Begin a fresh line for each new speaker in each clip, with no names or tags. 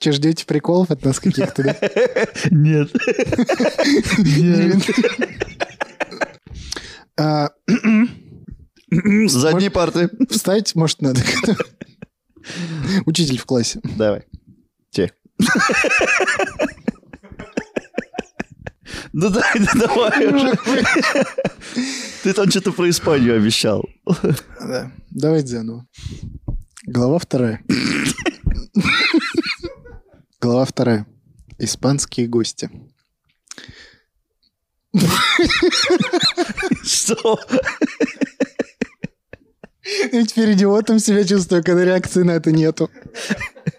Че, ждете приколов от нас каких-то, да?
Нет. Нет.
А,
С задней парты.
Встать, может, надо. Учитель в классе.
Давай. Те. Ну да, да, давай уже. Ты там что-то про Испанию обещал.
Да. Давайте заново. Глава вторая. Глава вторая. Испанские гости.
Что?
Я теперь идиотом себя чувствую, когда реакции на это нету.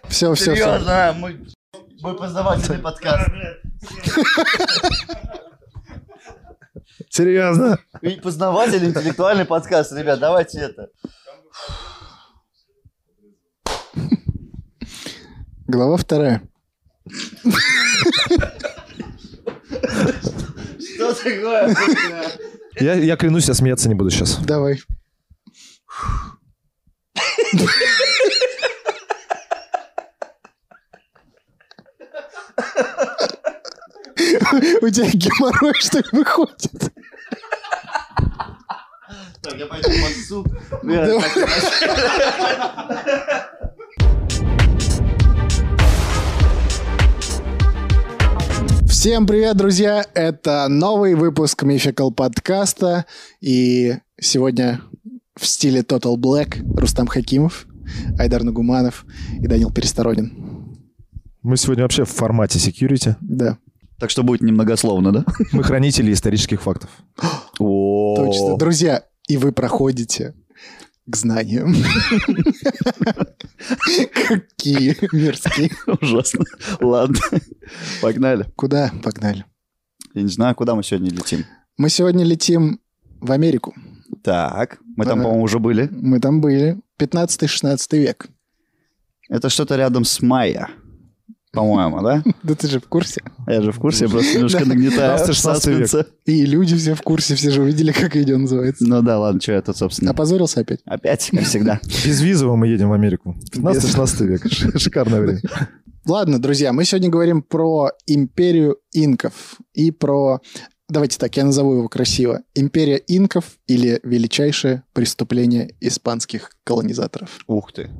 Все, все, все.
Серьезно, а, мы мой познавательный подкаст.
Серьезно?
И познавательный интеллектуальный подкаст, ребят, давайте это.
Глава вторая.
Что такое?
Я, я клянусь, я смеяться не буду сейчас.
Давай. У тебя геморрой, что ли, выходит?
Так, я пойду под суп. Бля,
Давай.
так и начали.
Всем привет, друзья! Это новый выпуск Мификал подкаста. И сегодня в стиле Total Black Рустам Хакимов, Айдар Нагуманов и Данил Пересторонин.
Мы сегодня вообще в формате security.
Да,
Так что будет немногословно, да?
Мы хранители исторических фактов.
О,
точно. Друзья, и вы проходите к знаниям. Какие мерзкие.
Ужасно. Ладно. Погнали.
Куда? Погнали.
Я не знаю, куда мы сегодня летим.
Мы сегодня летим в Америку.
Так, мы там,
Ага.
по-моему, уже были.
Мы там были. 15-16 век.
Это что-то рядом с Майя. По-моему, да?
Да ты же в курсе.
Я же в курсе, я просто немножко нагнетаю
15-16 век.
саспенса.
И люди все в курсе, все же увидели, как видео называется.
Ну да, ладно, что я тут, собственно.
Опозорился опять.
Опять, как всегда.
Безвизово мы едем в Америку. 15-16 век. Ш- Шикарное время.
Ладно, друзья, мы сегодня говорим про империю инков и про... Давайте так, я назову его красиво. Империя инков или величайшее преступление испанских колонизаторов.
Ух ты.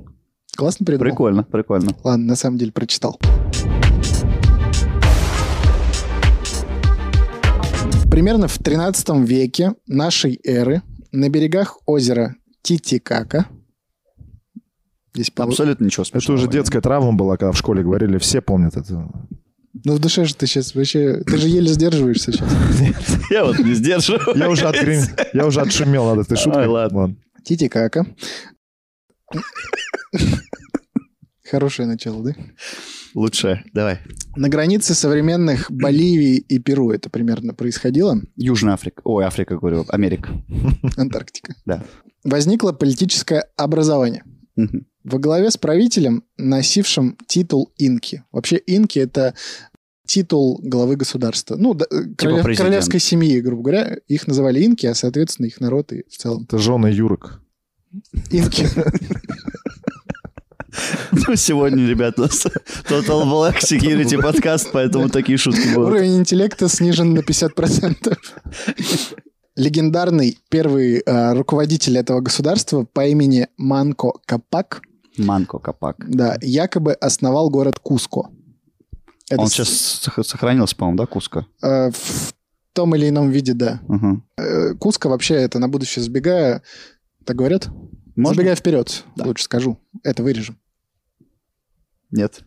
Классно придумал?
Прикольно, прикольно.
Ладно, на самом деле прочитал. Примерно в 13 веке нашей эры на берегах озера Титикака... Здесь полу-
Абсолютно ничего смешного.
Это уже детская травма была, когда в школе говорили, все помнят это.
Ну, в душе же ты сейчас вообще... Ты же еле сдерживаешься сейчас.
Я вот не сдерживаюсь.
Я уже, отгрим- я уже отшумел над этой шуткой.
Ай, ладно.
Титикака. Хорошее начало, да?
Лучше, давай.
На границе современных Боливии и Перу это примерно происходило.
Южная Африка. Ой, Африка, говорю, Америка.
Антарктика.
Да.
Возникло политическое образование.
Мгм.
Во главе с правителем, носившим титул инки. Вообще инки — это титул главы государства. Ну, да, э, королев-
президент.
королевской семьи, грубо говоря. Их называли инки, а, соответственно, их народ и в целом
Это жены Юрок.
инки.
Ну, сегодня, ребят, у нас Total Black Security подкаст, поэтому такие шутки будут.
Уровень интеллекта снижен на 50%. Легендарный первый э, руководитель этого государства по имени Манко Капак,
Манко Капак.
да, якобы основал город Куско. Это
Он
с-
сейчас сох- сохранился, по-моему, да, Куска?
э, в том или ином виде, да.
Угу.
Э, Куско вообще это на будущее сбегая, так говорят? Забегая вперед,
Да.
лучше скажу. Это вырежем.
Нет.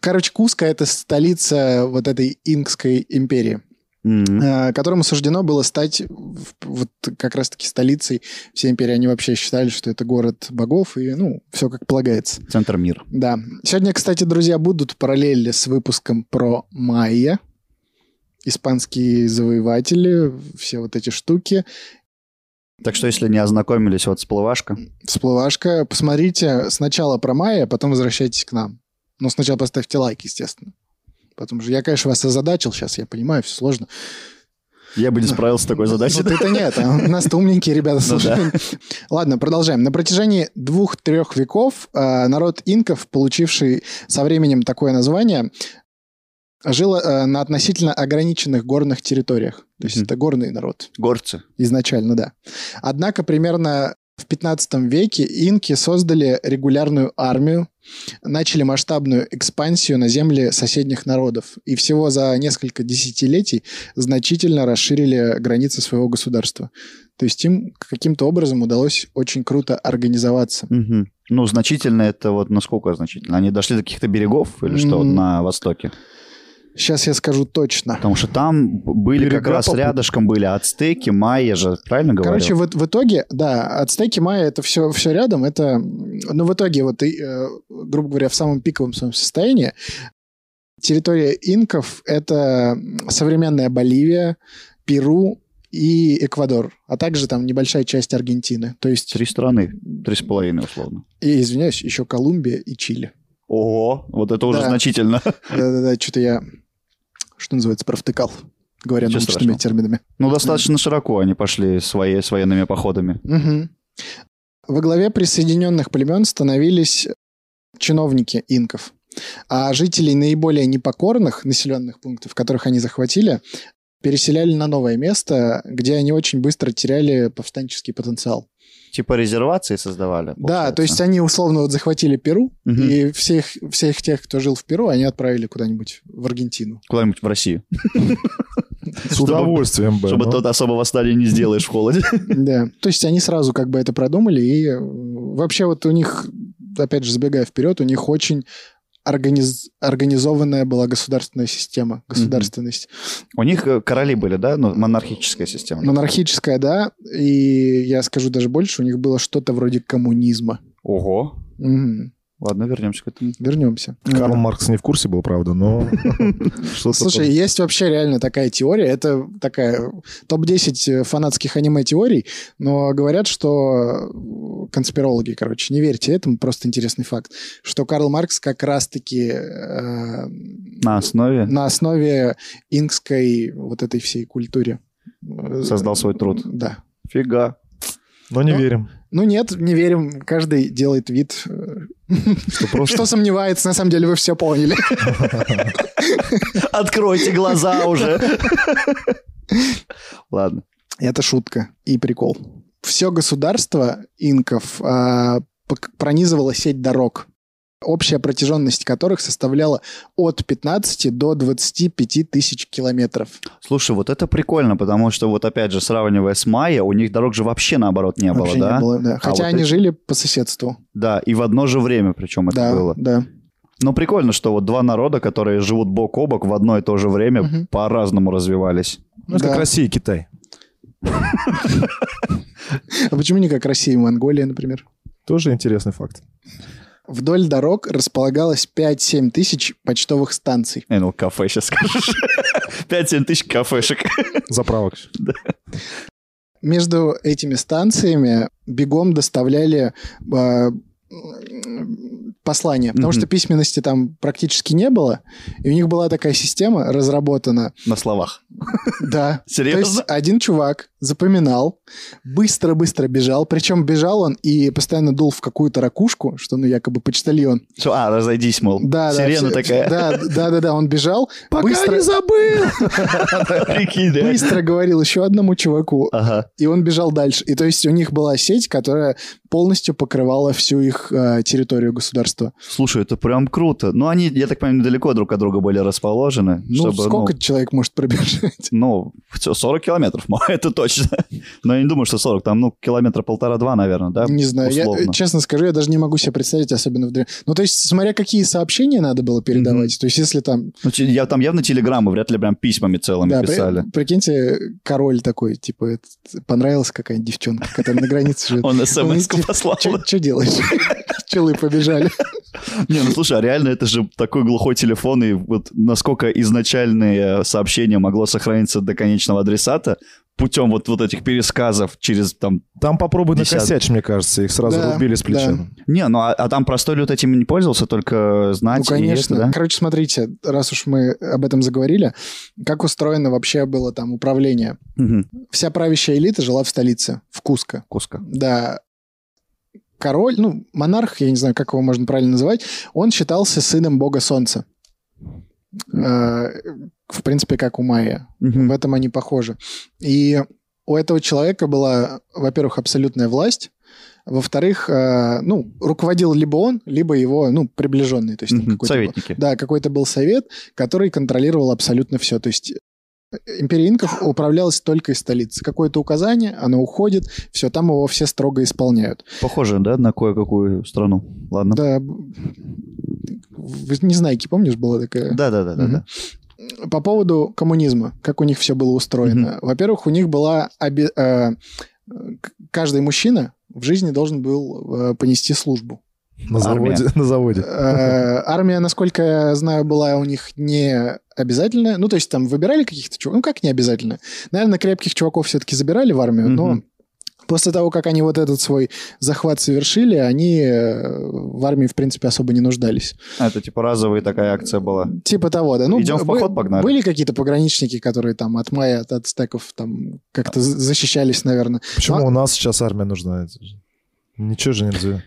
Короче, Куско это столица вот этой инкской империи.
Мгм.
э, которому суждено было стать в- вот как раз-таки столицей всей империи. Они вообще считали, что это город богов, и, ну, все как полагается.
Центр мира.
Да. Сегодня, кстати, друзья, будут параллели с выпуском про майя, испанские завоеватели, все вот эти штуки.
Так что, если не ознакомились, вот всплывашка.
Всплывашка. Посмотрите сначала про майя, а потом возвращайтесь к нам. Но сначала поставьте лайк, естественно. Потому что я, конечно, вас озадачил сейчас, я понимаю, все сложно.
Я бы не справился с такой Ну задачей.
Ну, ты-то нет, а у нас-то умненькие ребята слушают. Ладно, продолжаем. На протяжении двух-трех веков э, народ инков, получивший со временем такое название, жил э, на относительно ограниченных горных территориях. То есть
Мгм.
это горный народ
Горцы.
изначально, да. Однако примерно в 15 веке инки создали регулярную армию, начали масштабную экспансию на земли соседних народов и всего за несколько десятилетий значительно расширили границы своего государства. То есть им каким-то образом удалось очень круто организоваться.
Мгм. Ну, значительно это вот насколько значительно? Они дошли до каких-то берегов или что вот
М.
на востоке?
Сейчас я скажу точно.
Потому что там были как
Берега
раз
попу-
рядышком были ацтеки, майя же, правильно говорю?
Короче, в, в итоге, да, ацтеки, майя, это все, все рядом, это, м, ну, в итоге, вот, и, э, грубо говоря, в самом пиковом своем состоянии, территория инков — это м, современная Боливия, Перу и Эквадор, а также там небольшая часть Аргентины, то есть,
Три страны, три с половиной условно.
и, извиняюсь, еще Колумбия и Чили.
Ого, вот это уже
Да.
значительно.
Да-да-да, что-то я, что называется, провтыкал, говоря
Ничего
научными
страшного.
терминами.
Ну, достаточно широко они пошли свои, с военными походами.
Мгм. Во главе присоединенных племен становились чиновники инков, а жителей наиболее непокорных населенных пунктов, которых они захватили, переселяли на новое место, где они очень быстро теряли повстанческий потенциал.
Типа резервации создавали.
Да, то есть
получается.
они условно вот захватили Перу,
Мгм.
и всех, всех тех, кто жил в Перу, они отправили куда-нибудь в Аргентину.
Куда-нибудь в Россию.
С удовольствием бы.
Чтобы
но-
тот особо восстание не сделаешь в холоде.
Да. То есть они сразу как бы это продумали, и э, вообще вот у них, опять же, забегая вперед, у них очень организ- организованная была государственная система, государственность.
У них э, короли были, да? Ну, монархическая система.
Монархическая, да, и я скажу даже больше, у них было что-то вроде коммунизма.
Ого.
Мгм.
Ладно, вернемся к этому.
Вернемся.
Карл Маркс не в курсе был, правда, но... что-то
Слушай, есть вообще реально такая теория. Это такая топ-10 фанатских аниме-теорий, но говорят, что э, конспирологи, короче, не верьте этому, просто интересный факт, что Карл Маркс как раз-таки э,
На основе
на основе инкской вот этой всей культуре. э,
создал свой труд.
Да.
Фига.
Но не
Ну,
верим.
Ну нет, не верим, каждый делает вид, э,
Что просто...
что сомневается, на самом деле вы все поняли.
Откройте глаза уже. Ладно.
Это шутка и прикол. Все государство инков а, пок- пронизывало сеть дорог, общая протяженность которых составляла от 15 до 25 тысяч километров.
Слушай, вот это прикольно, потому что вот опять же, сравнивая с Майя, у них дорог же вообще наоборот не было,
Вообще
да? А
не было, да. Хотя
вот
они
эти-
жили по соседству.
Да, и в одно же время причем это
да,
было.
да.
Но прикольно, что вот два народа, которые живут бок о бок в одно и то же время,
Мгм.
по-разному развивались.
Ну, это
Да.
как Россия и Китай.
А почему не как Россия и Монголия, например?
Тоже интересный факт.
Вдоль дорог располагалось 5-7 тысяч почтовых станций.
Э, ну, кафе сейчас скажешь. 5-7 тысяч кафешек.
Заправок.
Между этими станциями бегом доставляли э, послания, потому
Мгм.
что письменности там практически не было, и у них была такая система разработана.
На словах.
Да. То есть
Серьезно?
один чувак запоминал, быстро-быстро бежал, причем бежал он и постоянно дул в какую-то ракушку, что ну якобы почтальон.
Что, А, разойдись, мол.
Да,
Сирена
да, все-
такая.
Да, да, да, да, он бежал, быстро,
забыл!
Ну,
Прикинь, да?
быстро говорил еще одному чуваку,
Ага.
и он бежал дальше. И то есть у них была сеть, которая полностью покрывала всю их э, территорию государства.
Слушай, это прям круто. Ну, они, я так понимаю, недалеко друг от друга были расположены.
Ну,
чтобы,
сколько человек может пробежать?
Ну, всё, 40 километров, это точно. Но я не думаю, что 40, там, ну, километра полтора-два, наверное, да?
Не знаю, я,
условно.
э, честно скажу, я даже не могу себе представить, особенно в древ- Ну, то есть, смотря какие сообщения надо было передавать. То есть, если там...
Ну, те- я, там явно телеграммы, вряд ли прям письмами целыми
Да, при-
писали.
прикиньте, король такой, типа, этот, понравилась какая-нибудь девчонка, которая на границе живет.
Он смс-ку
типа,
послал.
Что делаешь? Пчелы побежали.
Не, ну слушай, а реально это же такой глухой телефон, и вот насколько изначальное сообщение могло сохраниться до конечного адресата, путем вот, вот этих пересказов через там...
Там попробуй
Десятый.
накосячь, мне кажется, их сразу
Да,
рубили с плеча.
да.
Не, ну а, а там простой люд этим не пользовался, только знать
Ну, конечно.
и это, А да?
Короче, смотрите, раз уж мы об этом заговорили, как устроено вообще было там управление.
Мгм.
Вся правящая элита жила в столице, в Куско.
Куска.
Да, король, ну, монарх, я не знаю, как его можно правильно называть, он считался сыном бога солнца. Э, В принципе, как у Майя. В
Мгм.
этом они похожи. И у этого человека была, во-первых, абсолютная власть, во-вторых, э, ну, руководил либо он, либо его, ну, приближенный, то есть там
Мгм.
какой-то был-
Советники.
да, какой-то был совет, который контролировал абсолютно все. То есть э, империя инков управлялась только из столицы. Какое-то указание, оно уходит, все, там его все строго исполняют.
Похоже, да, на кое-какую страну. Ладно.
Да, б- в Незнайке, помнишь, была такая?
Да, да, да, да.
Мгм.
да.
По поводу коммунизма, как у них все было устроено. Во-первых, у них была... обе- э, к- Каждый мужчина в жизни должен был э, понести службу.
На
Армия.
заводе. На заводе.
Э, Армия, насколько я знаю, была у них не обязательная. Ну, то есть там выбирали каких-то чуваков. Ну, как не обязательно. Наверное, крепких чуваков все-таки забирали в армию, но
Мгм.
после того, как они вот этот свой захват совершили, они э, в армии, в принципе, особо не нуждались.
А, Это типа разовая такая акция была.
Типа того, да. Ну,
Идем в
бы-
поход, погнали.
Были какие-то пограничники, которые там от мая, от ацтеков там как-то за- защищались, наверное.
Почему
А-
у нас сейчас армия нужна? Это же- Ничего же нельзя.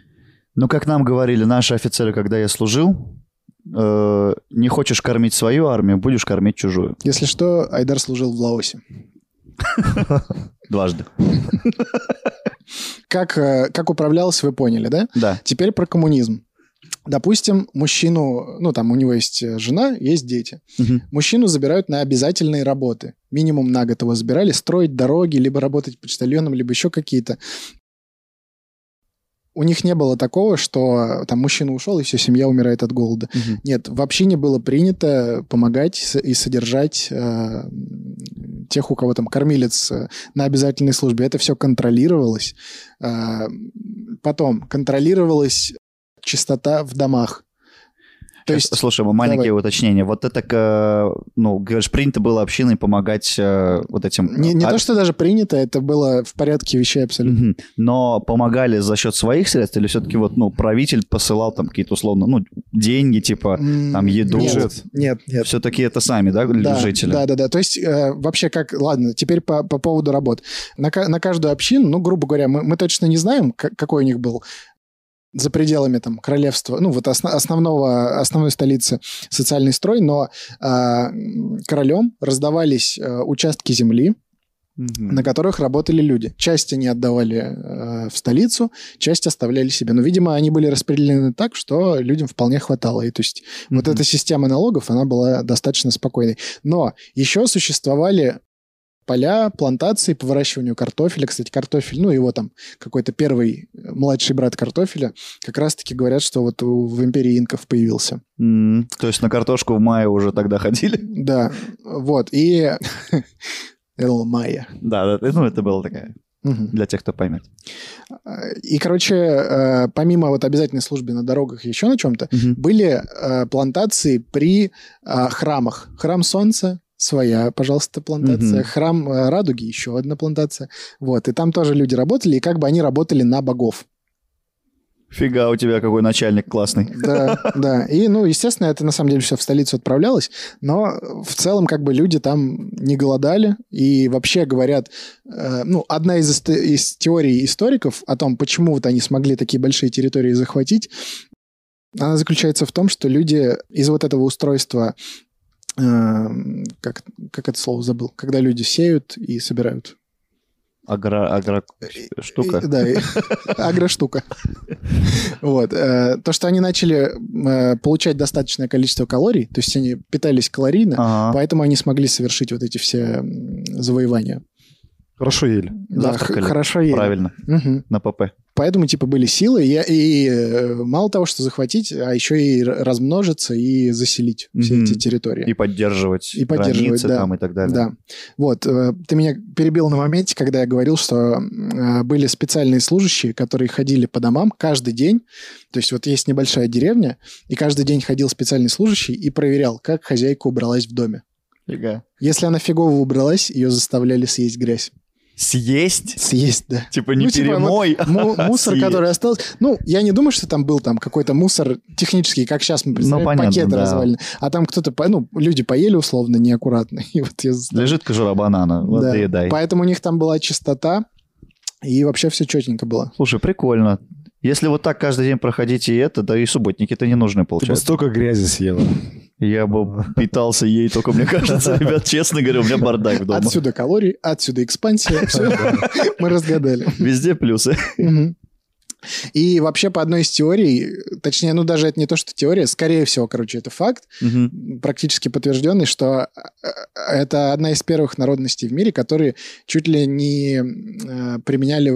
Ну, как нам говорили наши офицеры, когда я служил, э, не хочешь кормить свою армию, будешь кормить чужую.
Если что, Айдар служил в Лаосе.
Дважды.
Как, э, как управлялся, вы поняли, да?
Да.
Теперь про коммунизм. Допустим, мужчину, ну там у него есть э, жена, есть дети.
Мгм.
Мужчину забирают на обязательные работы. Минимум на год его забирали, строить дороги, либо работать почтальоном, либо еще какие-то. У них не было такого, что э, там мужчина ушел, и все, семья умирает от голода.
Мгм.
Нет, в общине было принято помогать с- и содержать э, м, тех, у кого там кормилец э, на обязательной службе. Это все контролировалось. Э, потом контролировалась чистота в домах. То есть,
Э, Слушай, маленькие уточнения. Вот это, э, ну, говоришь, принято было общиной помогать э, вот этим...
не, не
А-
то, что даже принято, это было в порядке вещей абсолютно.
Мгм. Но помогали за счет своих средств или все-таки вот, ну, правитель посылал там какие-то условно, ну, деньги, типа, там
М,
еду.
Нет,
Бюджет.
нет, нет.
все-таки это сами, да,
Да,
жители?
да, да, да. То есть э, вообще как, ладно, теперь по, по поводу работ. На, ка- на каждую общину, ну, грубо говоря, мы, мы точно не знаем, ка- какой у них был за пределами там королевства, ну, вот осна- основного, основной столицы социальный строй, но э, м, королем раздавались э, участки земли,
Мгм.
на которых работали люди. Часть они отдавали э, в столицу, часть оставляли себе. Но, видимо, они были распределены так, что людям вполне хватало. И то есть вот
Мгм.
эта система налогов, она была достаточно спокойной. Но еще существовали поля, плантации по выращиванию картофеля. Кстати, картофель, ну, его там какой-то первый э, младший брат картофеля, как раз-таки говорят, что вот у- в империи инков появился.
М, То есть на картошку в мае уже тогда ходили?
Да, вот. И Эл Майя.
Да, да, ну это было такая,
Мгм.
для тех, кто поймет.
И, короче, э, помимо вот обязательной службы на дорогах и еще на чем-то, были э, плантации при э, храмах. Храм Солнца своя, пожалуйста, плантация.
Мгм.
Храм э, Радуги еще одна плантация. Вот, и там тоже люди работали, и как бы они работали на богов.
Фига у тебя какой начальник классный.
Да, да. И, ну, естественно, это на самом деле все в столицу отправлялось, но в целом как бы люди там не голодали, и вообще говорят, э, ну, одна из, ист- из теорий историков о том, почему вот они смогли такие большие территории захватить, она заключается в том, что люди из вот этого устройства, э, как, как это слово забыл, когда люди сеют и собирают.
Агра, агра
И-
штука.
Э, Да, и- агроштука. Вот. э, То, что они начали э, получать достаточное количество калорий, то есть они питались калорийно,
Ага.
поэтому они смогли совершить вот эти все м, завоевания.
Хорошо ели.
Да, х-
Завтракали.
хорошо ели.
Правильно,
Мгм.
на ПП.
Поэтому, типа, были силы, и, и, э, мало того, что захватить, а еще и р- размножиться и заселить все
Мгм.
эти территории.
И поддерживать
И поддерживать,
границы
да.
там и так далее.
Да. Вот, э, ты меня перебил на моменте, когда я говорил, что э, были специальные служащие, которые ходили по домам каждый день. То есть вот есть небольшая деревня, и каждый день ходил специальный служащий и проверял, как хозяйка убралась в доме.
Фига.
Если она фигово убралась, ее заставляли съесть грязь.
Съесть?
Съесть, да.
Типа не
Ну, типа,
перемой,
Му-
а
мусор,
съесть.
который остался. Ну, я не думаю, что там был там какой-то мусор технический, как сейчас мы представляем,
понятно,
пакеты
да.
развалины. А там кто-то, по- ну, люди поели условно неаккуратно. И вот я... за-
Лежит кожура банана, вот
Да.
и дай.
Поэтому у них там была чистота, и вообще все четенько было.
Слушай, прикольно. Если вот так каждый день проходить и это, да и субботники-то не нужны,
Ты бы
получается.
столько грязи съела.
Я бы питался ей только, мне кажется, ребят, честно говоря, у меня бардак дома.
Отсюда калории, отсюда экспансия. Всё. мы разгадали.
Везде плюсы.
Мгм. И вообще по одной из теорий, точнее, ну даже это не то, что теория, скорее всего, короче, это факт,
Мгм.
практически подтвержденный, что э, это одна из первых народностей в мире, которые чуть ли не э, применяли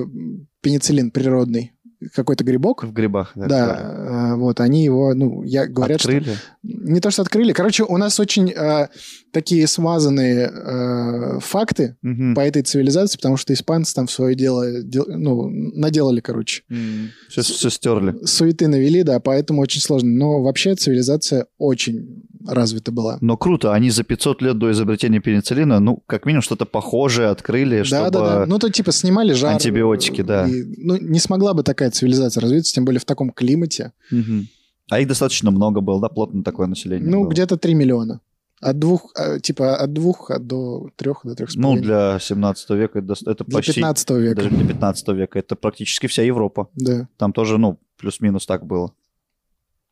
пенициллин природный, какой-то грибок.
В грибах, да.
Да, э, вот они его, ну, я говорят, что
Открыли.
не то что открыли. Короче, у нас очень э, такие смазанные э, факты
Мгм.
по этой цивилизации, потому что испанцы там свое дело, дел- ну, наделали, короче.
Мгм. Все, все стерли.
Суеты навели, да, поэтому очень сложно. Но вообще цивилизация очень развита была.
Но круто, они за 500 лет до изобретения пенициллина, ну, как минимум, что-то похожее открыли, чтобы...
Да, да, да. Ну, то типа снимали жар.
Антибиотики, да.
и, ну, не смогла бы такая цивилизация развиться, тем более в таком климате.
Мгм. А их достаточно много было, да, плотно такое население
ну,
было.
где-то 3 миллиона. От двух, э, типа, от двух до трех, до трех с
Ну,
половиной.
для 17 века это, доста- это
Для
почти...
15 века,
Даже для 15 века. Это практически вся Европа.
да.
Там тоже, ну, плюс-минус так было.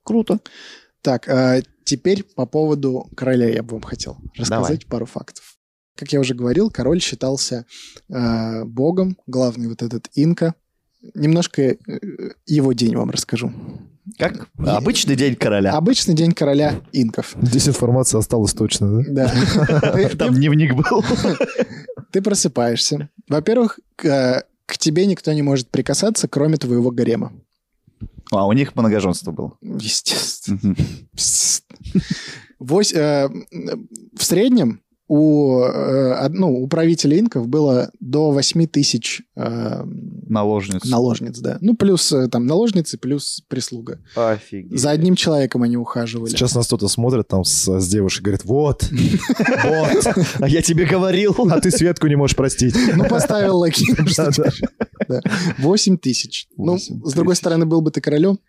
Круто.
Так, а теперь по поводу короля я бы вам хотел рассказать
Давай.
пару фактов. Как я уже говорил, король считался э, богом, главный вот этот инка. Немножко э, его день вам расскажу.
Как обычный день короля.
Обычный день короля инков.
Здесь информация осталась точно, да?
Да. Ты-
Там дневник был.
Ты просыпаешься. Во-первых, к э, к тебе никто не может прикасаться, кроме твоего гарема.
А у них многоженство было.
Естественно.
Мгм.
Пс. Вось- э, м, в среднем у, э, од- ну, у правителя инков было до 8 тысяч э,
Наложниц.
наложниц, да. Ну, плюс э, там наложницы, плюс прислуга.
Офигеть.
За одним человеком они ухаживали.
Сейчас нас кто-то смотрит там с, с девушкой, говорит, вот, вот,
А я тебе говорил.
а ты Светку не можешь простить.
Ну, поставил лайки.
Да, да.
8 тысяч. Ну,
Восемь
с другой
тысяч.
стороны, был бы ты королем,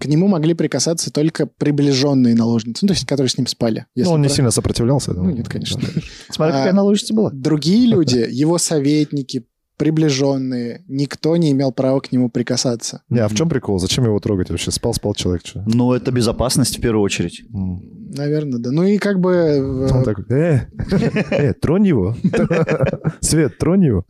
к нему могли прикасаться только приближенные наложницы, ну, то есть, которые с ним спали. если
Ну, он не
про-
сильно сопротивлялся.
Ну, нет, конечно.
Смотри,
А-
какая наложница была.
Другие люди, его советники, приближенные, никто не имел права к нему прикасаться.
Не, а в чем прикол? Зачем его трогать вообще? Спал-спал человек, что?
Ну, это безопасность в первую очередь.
Он
Наверное, да. Ну и как бы... э,
такой, э, э, тронь его. Свет, тронь его.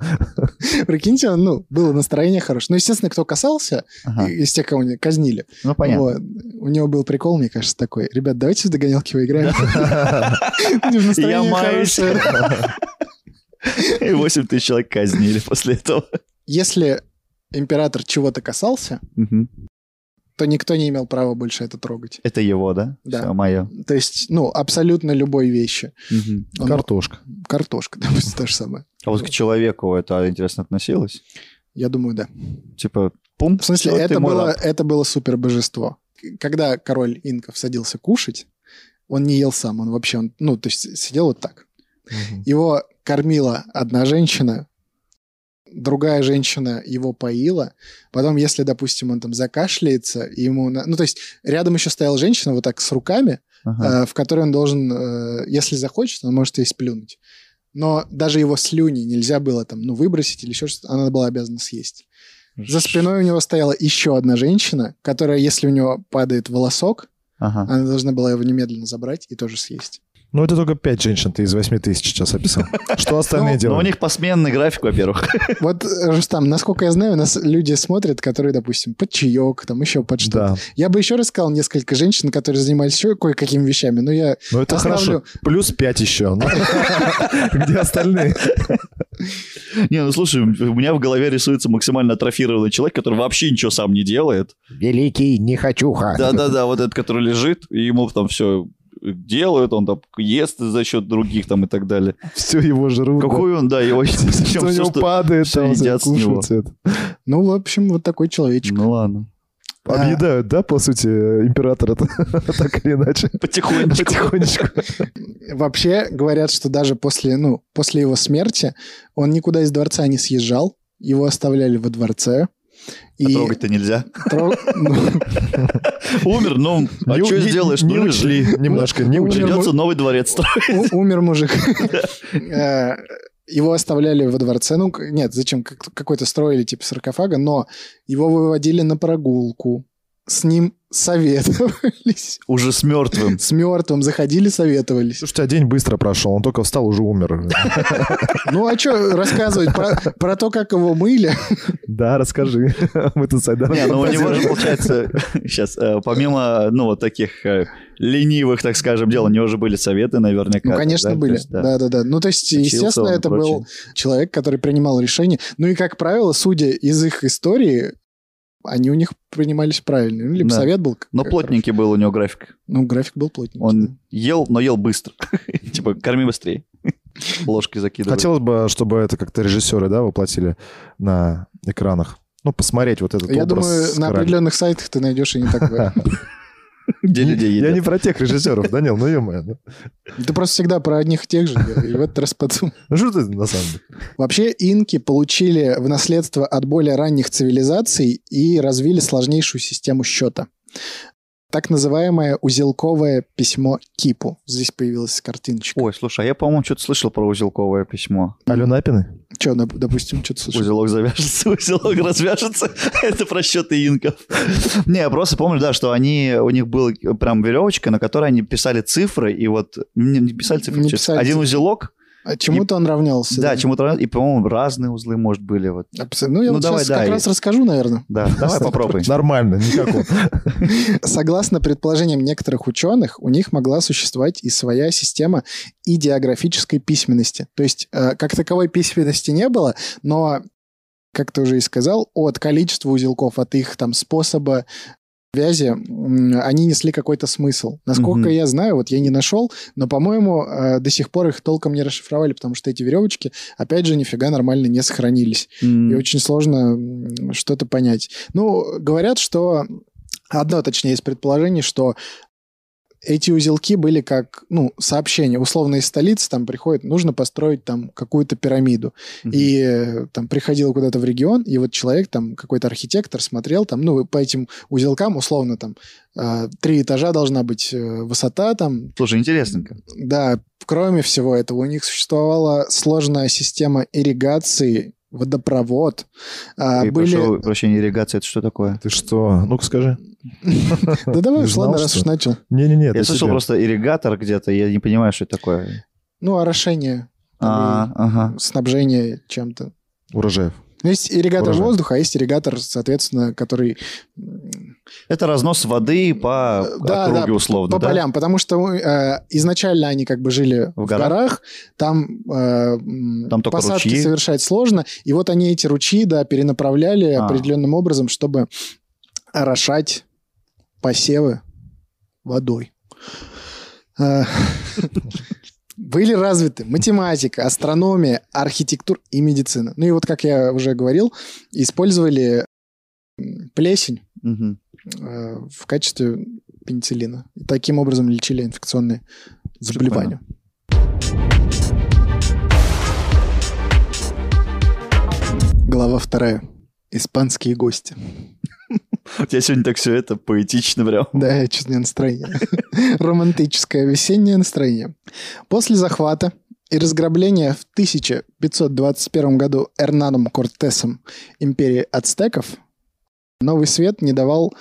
Прикиньте, ну, было настроение хорошее. Ну, естественно, кто касался,
Ага.
и- из тех, кого не казнили.
Ну, А. понятно.
Вот. У него был прикол, мне кажется, такой. Ребят, давайте в догонялки выиграем.
Я
Настроение
маюсь.
хорошее.
И 8 тысяч человек казнили после этого.
Если император чего-то касался,
Мгм.
то никто не имел права больше это трогать.
Это его, да?
Да.
Все, мое.
То есть, ну, абсолютно любой вещи. Он-
Картошка.
Картошка, допустим, то же самое.
А вот к человеку это, а, интересно, относилось?
Я думаю, да.
Типа, пум.
В смысле,
всё, ты
это
мой
было,
раб.
это было супер божество. Когда король инков садился кушать, он не ел сам, он вообще, он, ну, то есть сидел вот так. Его кормила одна женщина, другая женщина его поила. Потом, если, допустим, он там закашляется, ему... на- Ну, то есть рядом еще стояла женщина вот так с руками,
Ага.
э, в которой он должен, э, если захочет, он может ей сплюнуть. Но даже его слюни нельзя было там, ну, выбросить или еще что-то. Она была обязана съесть. э, За спиной у него стояла еще одна женщина, которая, если у него падает волосок,
Ага.
она должна была его немедленно забрать и тоже съесть.
Ну, это только пять женщин ты из восьми тысяч сейчас описал. Что остальные
Ну,
Но у
делают?
них посменный график, во-первых.
Вот, э, Рустам, насколько я знаю, нас люди смотрят, которые, допустим, под чаек, там еще под что-то.
Да,
Я бы еще рассказал несколько женщин, которые занимались еще кое-какими вещами, но я...
ну это
Оставлю.
хорошо. Плюс пять еще. Ну, Где остальные?
Не, ну слушай, у меня в голове рисуется максимально атрофированный человек, который вообще ничего сам не делает.
Великий нехочуха.
Да-да-да, вот этот, который лежит, и ему там все делают, он там ест за счет других там и так далее.
Все его жрут. да.
Какой он, да, его
Что у
все,
него
что...
падает,
всё
там
едят с него.
кушают.
Ну, в общем, вот такой человечек.
Ну ладно.
Объедают, да, по сути, императора так или иначе?
Ну,
Потихонечку.
Потихонечку.
Вообще говорят, что даже после, ну, после его смерти он никуда из дворца не съезжал, его оставляли во дворце.
А трогать-то нельзя.
тро- ну,
Умер, ну, а
Не-
что
не-
сделаешь?
не
Ну, и
учи-
жили.
Немножко не
Умер.
учили.
Придется новый дворец строить.
у- умер мужик. Э, Его оставляли во дворце. Ну, к- нет, зачем? Как- Какой-то строили типа саркофага, но его выводили на прогулку. С ним советовались.
Уже с мертвым.
С мертвым заходили, советовались.
Слушайте, а день быстро прошел, он только встал, уже умер.
Ну, а что рассказывать про, про то, как его мыли?
Да, расскажи. Мы тут с Айдаром
Не, ну у него же
фантазируем.
получается, сейчас, помимо, ну, вот таких э, ленивых, так скажем, дел, у него же были советы наверняка.
Ну, конечно,
да, то
были.
есть, да.
Да-да-да. Ну, то есть,
Учился
естественно,
он и
это
прочее.
был человек, который принимал решения. Ну и, как правило, судя из их истории, они у них принимались правильно. Ну, либо
Да.
совет был... как-
Но плотненький был у него график.
Ну, график был плотненький. да.
Он ел, но ел быстро. Типа, корми быстрее. Ложкой закидывай.
Хотелось бы, чтобы это как-то режиссеры, да, воплотили на экранах. Ну, посмотреть вот этот
Я
образ
думаю,
с
на
королем.
определенных сайтах ты найдешь и не такое.
где людей
Я
едят.
не про тех режиссеров, Данил, ну ё
Ты просто всегда про одних и тех же, и в этот раз подумал.
Ну что ты на самом деле?
Вообще, инки получили в наследство от более ранних цивилизаций и развили сложнейшую систему счета. Так называемое узелковое письмо Кипу. Здесь появилась картиночка.
Ой, слушай, а я, по-моему, что-то слышал про узелковое письмо.
Алена Апины?
Че, допустим, что-то слышал?
Узелок завяжется, узелок развяжется. Это про счеты инков. Не, я просто помню, да, что они, у них была прям веревочка, на которой они писали цифры, и вот... Не, не писали цифры,
Не
честно.
писали
Один
цифры.
узелок,
А чему-то он равнялся.
да, чему-то... равно- И, по-моему, разные узлы, может, были. Вот.
Абсо- Ну, я
Ну,
вот
давай,
сейчас
да,
как
и-
раз расскажу, наверное.
Да, давай попробуй.
Нормально, никакого.
Согласно предположениям некоторых ученых, у них могла существовать и своя система идеографической письменности. То есть, э, как таковой письменности не было, но, как ты уже и сказал, от количества узелков, от их там способа вязи, м, они несли какой-то смысл. Насколько
Мгм.
я знаю, вот я не нашел, но, по-моему, э, до сих пор их толком не расшифровали, потому что эти веревочки, опять же, нифига нормально не сохранились и
М,
очень сложно м, что-то понять. Ну, говорят, что одно, точнее, из предположений, что эти узелки были как, ну, сообщения. Условно из столицы там приходит, нужно построить там какую-то пирамиду.
Мгм.
И э, там приходил куда-то в регион, и вот человек там, какой-то архитектор смотрел там, ну, по этим узелкам условно там э, три этажа должна быть э, высота там,
Слушай, интересненько.
да, кроме всего этого, у них существовала сложная система ирригации, водопровод. А,
И
были...
прошу прощения, ирригация, это что такое?
Ты что? Ну-ка скажи.
Да давай уж,
Знал,
ладно, раз
что
уж
ли?
начал.
Не-не-не,
Я
это
слышал
тебе.
просто ирригатор где-то, я не понимаю, что это такое.
Ну, орошение,
А, ага.
снабжение чем-то.
Урожаев.
Ну, Есть ирригатор
Урожай.
воздуха, а есть ирригатор, соответственно, который м,
Это разнос воды по
Э, да,
округе
да,
условно,
по
да?
полям, потому что э, изначально они как бы жили
В
в,
горах?
горах. там, э, м,
Там только
посадки
ручьи.
совершать сложно, и вот они эти ручьи, да, перенаправляли
А.
определенным образом, чтобы орошать посевы водой. Э, Были развиты математика, астрономия, архитектура и медицина. Ну и вот, как я уже говорил, использовали м, плесень
Мгм.
э, в качестве пенициллина. И таким образом лечили инфекционные заболевания. Глава вторая. Испанские гости.
У тебя сегодня так все это поэтично прям.
Да, я чуть не настроение. Романтическое весеннее настроение. После захвата и разграбления в 1521 году Эрнаном Кортесом империи ацтеков Новый Свет не давал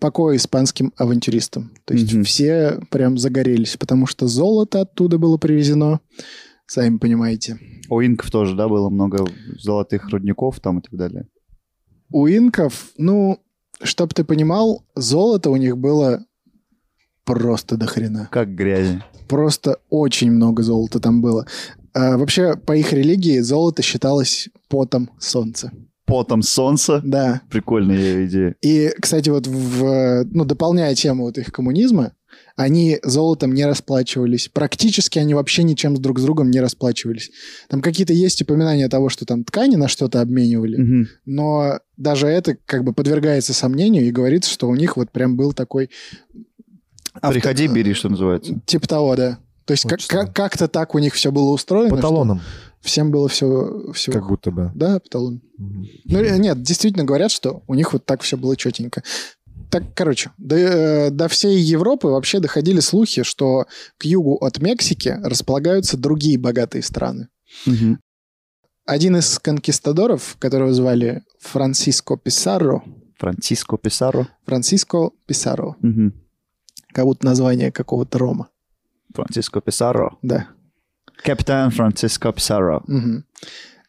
покоя испанским авантюристам. То есть
Мгм.
все прям загорелись, потому что золото оттуда было привезено, сами понимаете.
У инков тоже, да, было много золотых рудников там и так далее.
у инков, ну, чтоб ты понимал, золото у них было просто до хрена.
Как грязи.
Просто очень много золота там было. А, вообще, по их религии золото считалось потом солнца.
потом солнца.
Да.
Прикольная идея.
И, кстати, вот в, э, ну, дополняя тему вот их коммунизма, они золотом не расплачивались. Практически они вообще ничем друг с другом не расплачивались. Там какие-то есть упоминания того, что там ткани на что-то обменивали,
Мгм.
но даже это как бы подвергается сомнению и говорится, что у них вот прям был такой... авто-
Приходи, бери, что называется.
Типа того, да. То есть
Вот
как-
что.
как- как-то так у них все было устроено.
По талонам,
что Всем было все... все...
как будто бы.
Да, по талонам.
Мгм.
Ну, э, нет, действительно говорят, что у них вот так все было четенько. Так, короче, до, э, до всей Европы вообще доходили слухи, что к югу от Мексики располагаются другие богатые страны.
Мгм.
Один из конкистадоров, которого звали Франсиско Писарро,
Франциско Писаро.
Франсиско Писарро,
Мгм.
как будто название какого-то Рома,
Франциско Писаро.
да.
Капитан Франциско Писаро.
Мгм.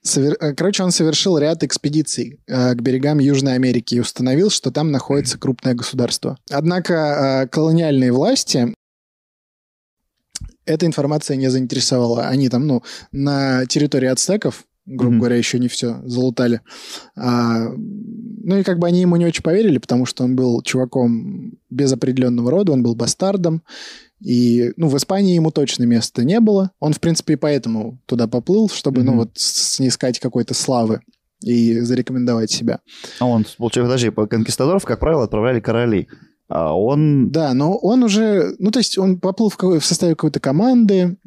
Совер- э, Короче, он совершил ряд экспедиций э, к берегам Южной Америки и установил, что там находится крупное государство. Однако э, колониальные власти эта информация не заинтересовала. Они там, ну, на территории ацтеков, грубо
Мгм.
говоря, еще не все залутали. А, ну и как бы они ему не очень поверили, потому что он был чуваком без определенного рода, он был бастардом. И, ну, в Испании ему точно места не было. Он, в принципе, и поэтому туда поплыл, чтобы, ну,
Мгм.
вот с- снискать какой-то славы и зарекомендовать себя.
А он, получается, подожди, по- конкистадоров, как правило, отправляли короли. А он...
Да, но он уже, ну, то есть он поплыл в, какой- в составе какой-то команды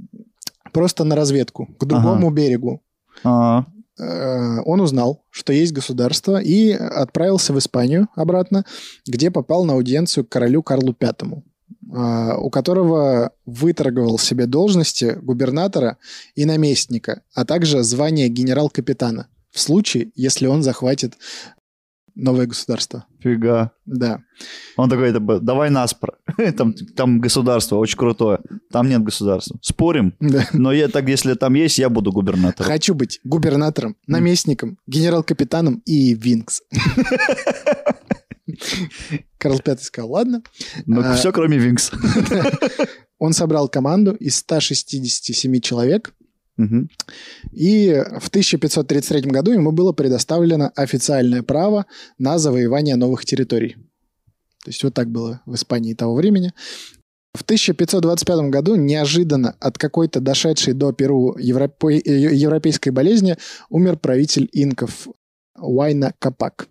просто на разведку к другому берегу.
а,
Э, он узнал, что есть государство, и отправился в Испанию обратно, где попал на аудиенцию к королю Карлу V, э, у которого выторговал себе должности губернатора и наместника, а также звание генерал-капитана в случае, если он захватит новое государство.
фига.
Да.
Он такой, типа, давай нас, про- там, там государство очень крутое, там нет государства. Спорим,
да.
но я так, если там есть, я буду губернатором.
Хочу быть губернатором, наместником, генерал-капитаном и Винкс. Карл V сказал, ладно,
Но
А.
все, Ну, кроме Винкс.
Он собрал команду из 167 человек,
Мгм.
и в 1533 году ему было предоставлено официальное право на завоевание новых территорий. То есть вот так было в Испании того времени. В 1525 году неожиданно от какой-то дошедшей до Перу европе- э, европейской болезни умер правитель инков Уайна Капак.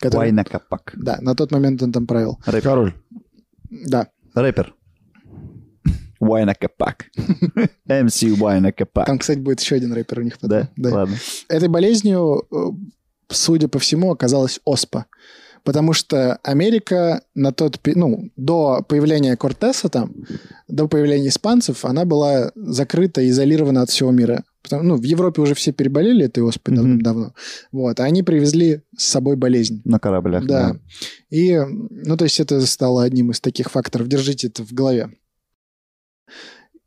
который-
Вайна Капак.
Да, на тот момент он там правил.
Рэпер.
Король.
Да,
Рэпер. Вайна Капак. МС Вайна Капак.
там, кстати, будет еще один рэпер у них. потом.
Да? Ладно.
Этой болезнью, э, судя по всему, оказалась оспа. Потому что Америка на тот, пе- ну, до появления Кортеса там, до появления испанцев, она была закрыта и изолирована от всего мира. Потому, ну, в Европе уже все переболели этой оспой
Мгм.
давным-давно. Вот, а они привезли с собой болезнь.
На кораблях.
Да. И, э, ну, то есть это стало одним из таких факторов. Держите это в голове.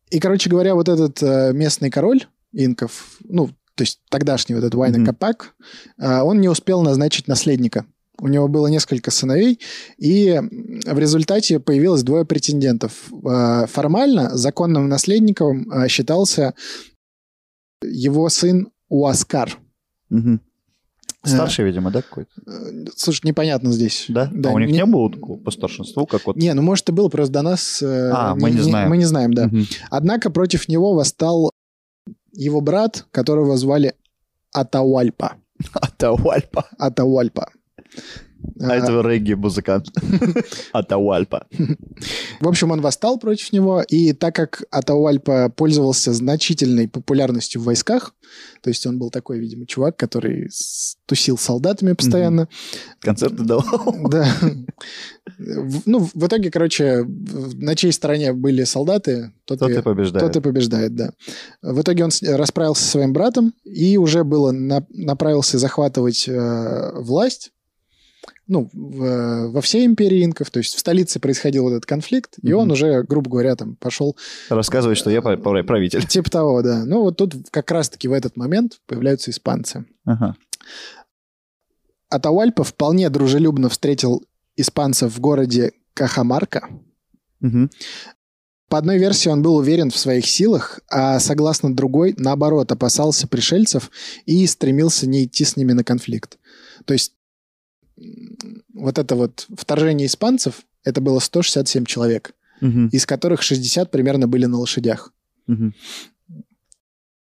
И, короче говоря, вот этот э, местный король инков, ну, то есть тогдашний вот этот Вайна
Мгм.
Капак, э, он не успел назначить наследника. У него было несколько сыновей, и м, в результате появилось двое претендентов. Э, Формально законным наследником э, считался его сын Уаскар.
Мгм. Старший, видимо, да, какой-то?
Э, Слушай, непонятно здесь.
Да?
Да,
а у них
не-
не было такого по старшинству, как вот...
Не, ну может и было, просто до нас... э,
А, мы не знаем.
Мы не знаем, да.
Мгм.
Однако против него восстал его брат, которого звали Атауальпа.
Атауальпа.
Атауальпа. Э,
А этого регги-музыкант. Атауальпа.
В общем, он восстал против него, и так как Атауальпа пользовался значительной популярностью в войсках, то есть он был такой, видимо, чувак, который с- тусил с солдатами постоянно,
Концерты давал.
Да. В- Ну, в итоге, короче, в- на чьей стороне были солдаты, тот,
Кто
и,
ты побеждает?
тот и побеждает, да. В итоге он с- э, расправился со своим братом и уже было на- направился захватывать э, власть. Ну, в- э, во всей империи инков, то есть в столице происходил вот этот конфликт, и он
Мгм.
уже, грубо говоря, там пошел
Рассказывай, что я пра- пра- правитель.
типа того, да. Ну, вот тут как раз-таки в этот момент появляются испанцы.
Ага.
Атауальпа вполне дружелюбно встретил испанцев в городе Кахамарка,
Мгм.
По одной версии он был уверен в своих силах, а согласно другой, наоборот, опасался пришельцев и стремился не идти с ними на конфликт. То есть м, вот это вот вторжение испанцев, это было 167 человек,
Мгм.
из которых 60 примерно были на лошадях.
Мгм.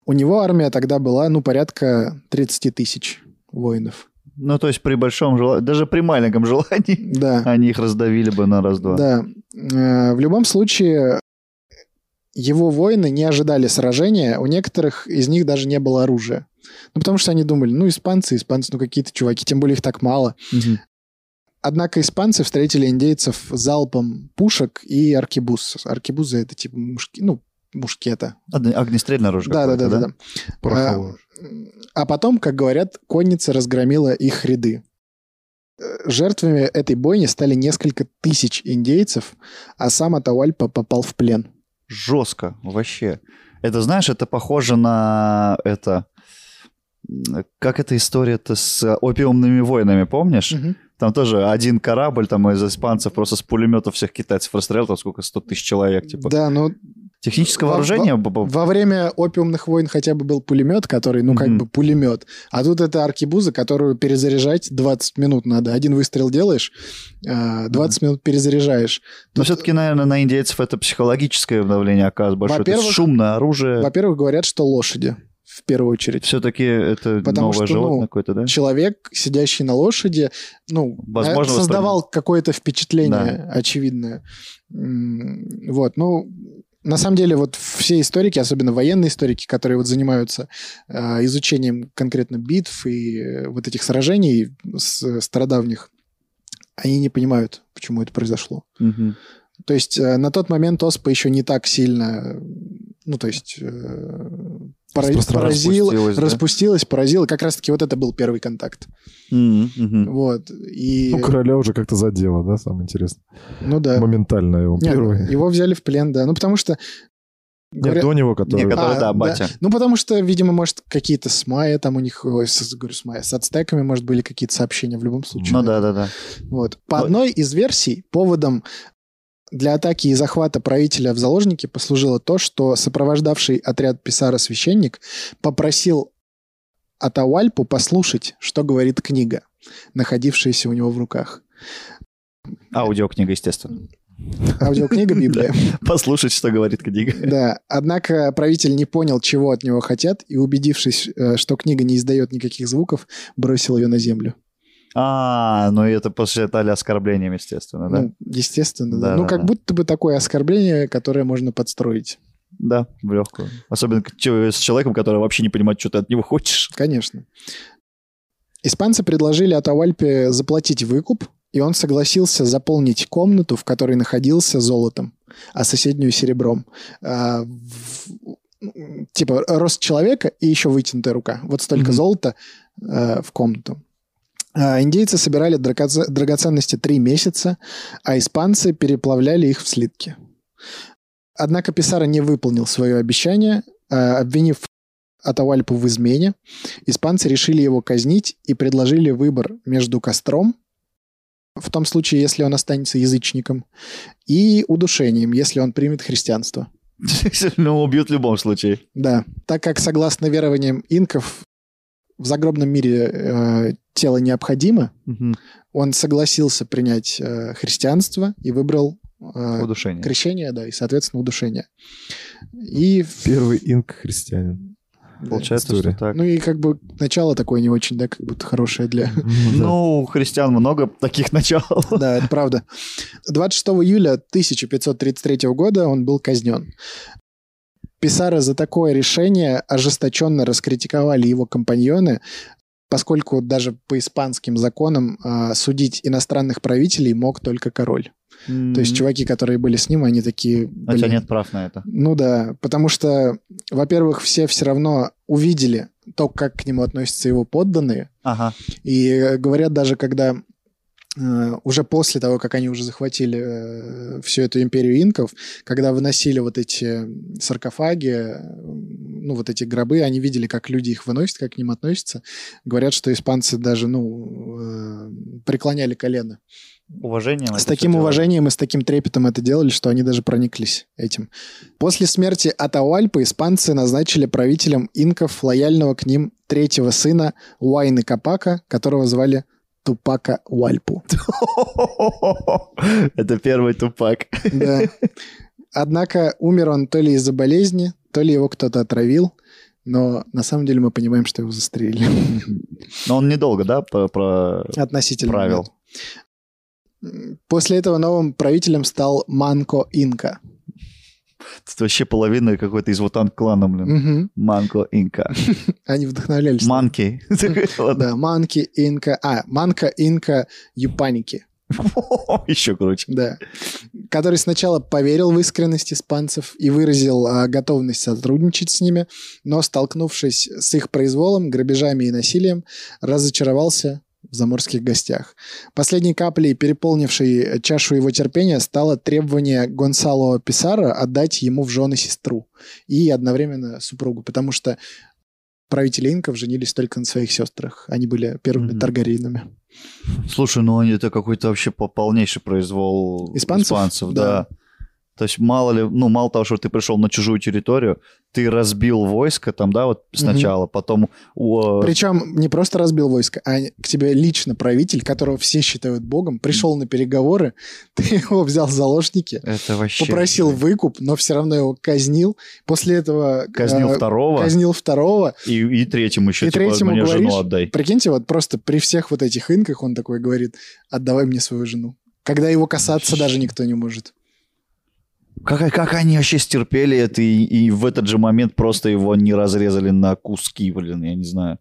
У него армия тогда была, ну, порядка 30 тысяч воинов.
Ну, то есть при большом желании, даже при маленьком желании,
Да.
они их раздавили бы на раз-два.
Да. Э, В любом случае, его воины не ожидали сражения, у некоторых из них даже не было оружия. Ну, потому что они думали, ну, испанцы, испанцы, ну, какие-то чуваки, тем более их так мало.
Мгм.
Однако испанцы встретили индейцев залпом пушек и аркебуз. Аркебузы — это типа мушки, ну, мушкета.
Огне- Огнестрельное оружие какое-то,
Да-да-да. да.
Пороховое.
А потом, как говорят, конница разгромила их ряды. Э, Жертвами этой бойни стали несколько тысяч индейцев, а сам Атауальпа попал в плен.
Жестко вообще. Это, знаешь, это похоже на это... м, Как эта история-то с опиумными войнами, помнишь?
Мгм.
Там тоже один корабль там из испанцев просто с пулеметов всех китайцев расстрелял, там сколько, 100 тысяч человек, типа.
Да, ну
Техническое
Во-
вооружение... б- б-
во время опиумных войн хотя бы был пулемет, который, ну, как
Мгм.
бы пулемет. А тут это аркибуза, которую перезаряжать 20 минут надо. Один выстрел делаешь, а, 20 минут перезаряжаешь.
Но все-таки, наверное, на индейцев это психологическое давление оказывает большое. Это
Во-первых-
шумное оружие.
Во-первых, говорят, что лошади в первую очередь.
Все-таки это
Потому
новое
что,
животное
ну,
какое-то, да?
Человек, сидящий на лошади, ну,
Возможно,
э, создавал какое-то впечатление очевидное. М, Вот, ну, на самом деле, вот все историки, особенно военные историки, которые вот занимаются э, изучением конкретно битв и э, вот этих сражений с- э, стародавних, они не понимают, почему это произошло.
Мгм.
То есть э, на тот момент оспа еще не так сильно, э, ну, то есть э, пора-
Распространилась,
поразила,
распустилась, да?
распустилась, поразила. Как раз-таки вот это был первый контакт.
Мгм, мгм.
Вот. И,
Ну, короля уже как-то задело, да, самое интересное.
ну да.
Моментально его
Нет,
первый.
его взяли в плен, да. Ну, потому что...
Нет,
говоря-
до него,
Не,
который...
который,
А,
да,
да.
батя.
Ну, потому что, видимо, может, какие-то с майя там у них... Ой, с, говорю, с майя. С ацтеками, может, были какие-то сообщения в любом случае.
Ну да, да, да.
Вот. По
Но-
одной из версий, поводом для атаки и захвата правителя в заложники послужило то, что сопровождавший отряд Писара священник попросил Атауальпу послушать, что говорит книга, находившаяся у него в руках.
Аудиокнига, естественно.
Аудиокнига Библия.
Послушать, что говорит книга.
Да, однако правитель не понял, чего от него хотят, и, убедившись, э, что книга не издает никаких звуков, бросил ее на землю.
А, ну и это посчитали оскорблением, естественно, да?
Ну, естественно,
Да,
да. Ну,
да,
как
да.
будто бы такое оскорбление, которое можно подстроить.
Да, в легкую. Особенно к- че- с человеком, который вообще не понимает, что ты от него хочешь.
Конечно. Испанцы предложили Атауальпе заплатить выкуп, и он согласился заполнить комнату, в которой находился золотом, а соседнюю серебром. А, в- м, типа рост человека и еще вытянутая рука. Вот столько
Мгм.
золота э, в комнату. А, Индейцы собирали драгоце- драгоценности три месяца, а испанцы переплавляли их в слитки. Однако Писара не выполнил свое обещание, э, обвинив Атауальпу в измене. Испанцы решили его казнить и предложили выбор между костром, в том случае, если он останется язычником, и удушением, если он примет христианство.
Ну, убьют в любом случае.
Да, так как, согласно верованиям инков, в загробном мире э, тело необходимо,
Мгм.
он согласился принять э, христианство и выбрал э,
Удушение.
крещение, да, и, соответственно, удушение. И, в-
Первый инк-христианин.
да.
Получается,
история.
что так.
ну и как бы начало такое не очень, да, как будто хорошее для...
Ну, у христиан много таких начал.
Да, это правда. 26 июля 1533 года он был казнен. Писара за такое решение ожесточенно раскритиковали его компаньоны, поскольку даже по испанским законам а, судить иностранных правителей мог только король. То есть чуваки, которые были с ним, они такие...
А у тебя
«Блин,
нет прав на это.
ну да, потому что, во-первых, все все равно увидели то, как к нему относятся его подданные.
Ага.
И э, говорят даже, когда э, уже после того, как они уже захватили э, всю эту империю инков, когда выносили вот эти саркофаги, э, ну, вот эти гробы, они видели, как люди их выносят, как к ним относятся. Говорят, что испанцы даже, ну, э, преклоняли колено
уважением.
С таким уважением и с таким трепетом это делали, что они даже прониклись этим. После смерти Атауальпы испанцы назначили правителем инков лояльного к ним третьего сына Уайны Капака, которого звали Тупака Уальпу.
Это первый тупак.
Да. Однако умер он то ли из-за болезни, то ли его кто-то отравил, но на самом деле мы понимаем, что его застрелили.
Но он недолго, да, по- про...
Относительно.
правил.
нет. После этого новым правителем стал Манко Инка.
Тут вообще половина какой-то из вутан клана, блин.
Мгм.
Манко Инка.
Они вдохновлялись.
Манки.
Да, Манки Инка. А, Манка Инка Юпаники.
Еще круче.
Да. Который сначала поверил в искренность испанцев и выразил а, готовность сотрудничать с ними, но, столкнувшись с их произволом, грабежами и насилием, разочаровался в заморских гостях. Последней каплей, переполнившей э, чашу его терпения, стало требование Гонсало Писаро отдать ему в жены сестру и одновременно супругу, потому что правители инков женились только на своих сестрах. Они были первыми
Мгм.
таргаринами.
Слушай, ну они- это какой-то вообще по- полнейший произвол
Испанцев? Да.
да. То есть мало ли, ну мало того, что ты пришел на чужую территорию, ты разбил войско там, да, вот сначала, потом у, э,
Причем не просто разбил войско, а к тебе лично правитель, которого все считают богом, пришел на переговоры, ты его взял в заложники,
это вообще
попросил выкуп, но все равно его казнил. После этого
казнил
э,
второго
казнил второго.
и, и третьему еще
И
типа
третьему
мне
говоришь,
жену отдай.
Прикиньте, вот просто при всех вот этих инках он такой говорит, отдавай мне свою жену. Когда его касаться даже никто не может.
Как, как они вообще стерпели это и, и в этот же момент просто его не разрезали на куски, блин, я не знаю.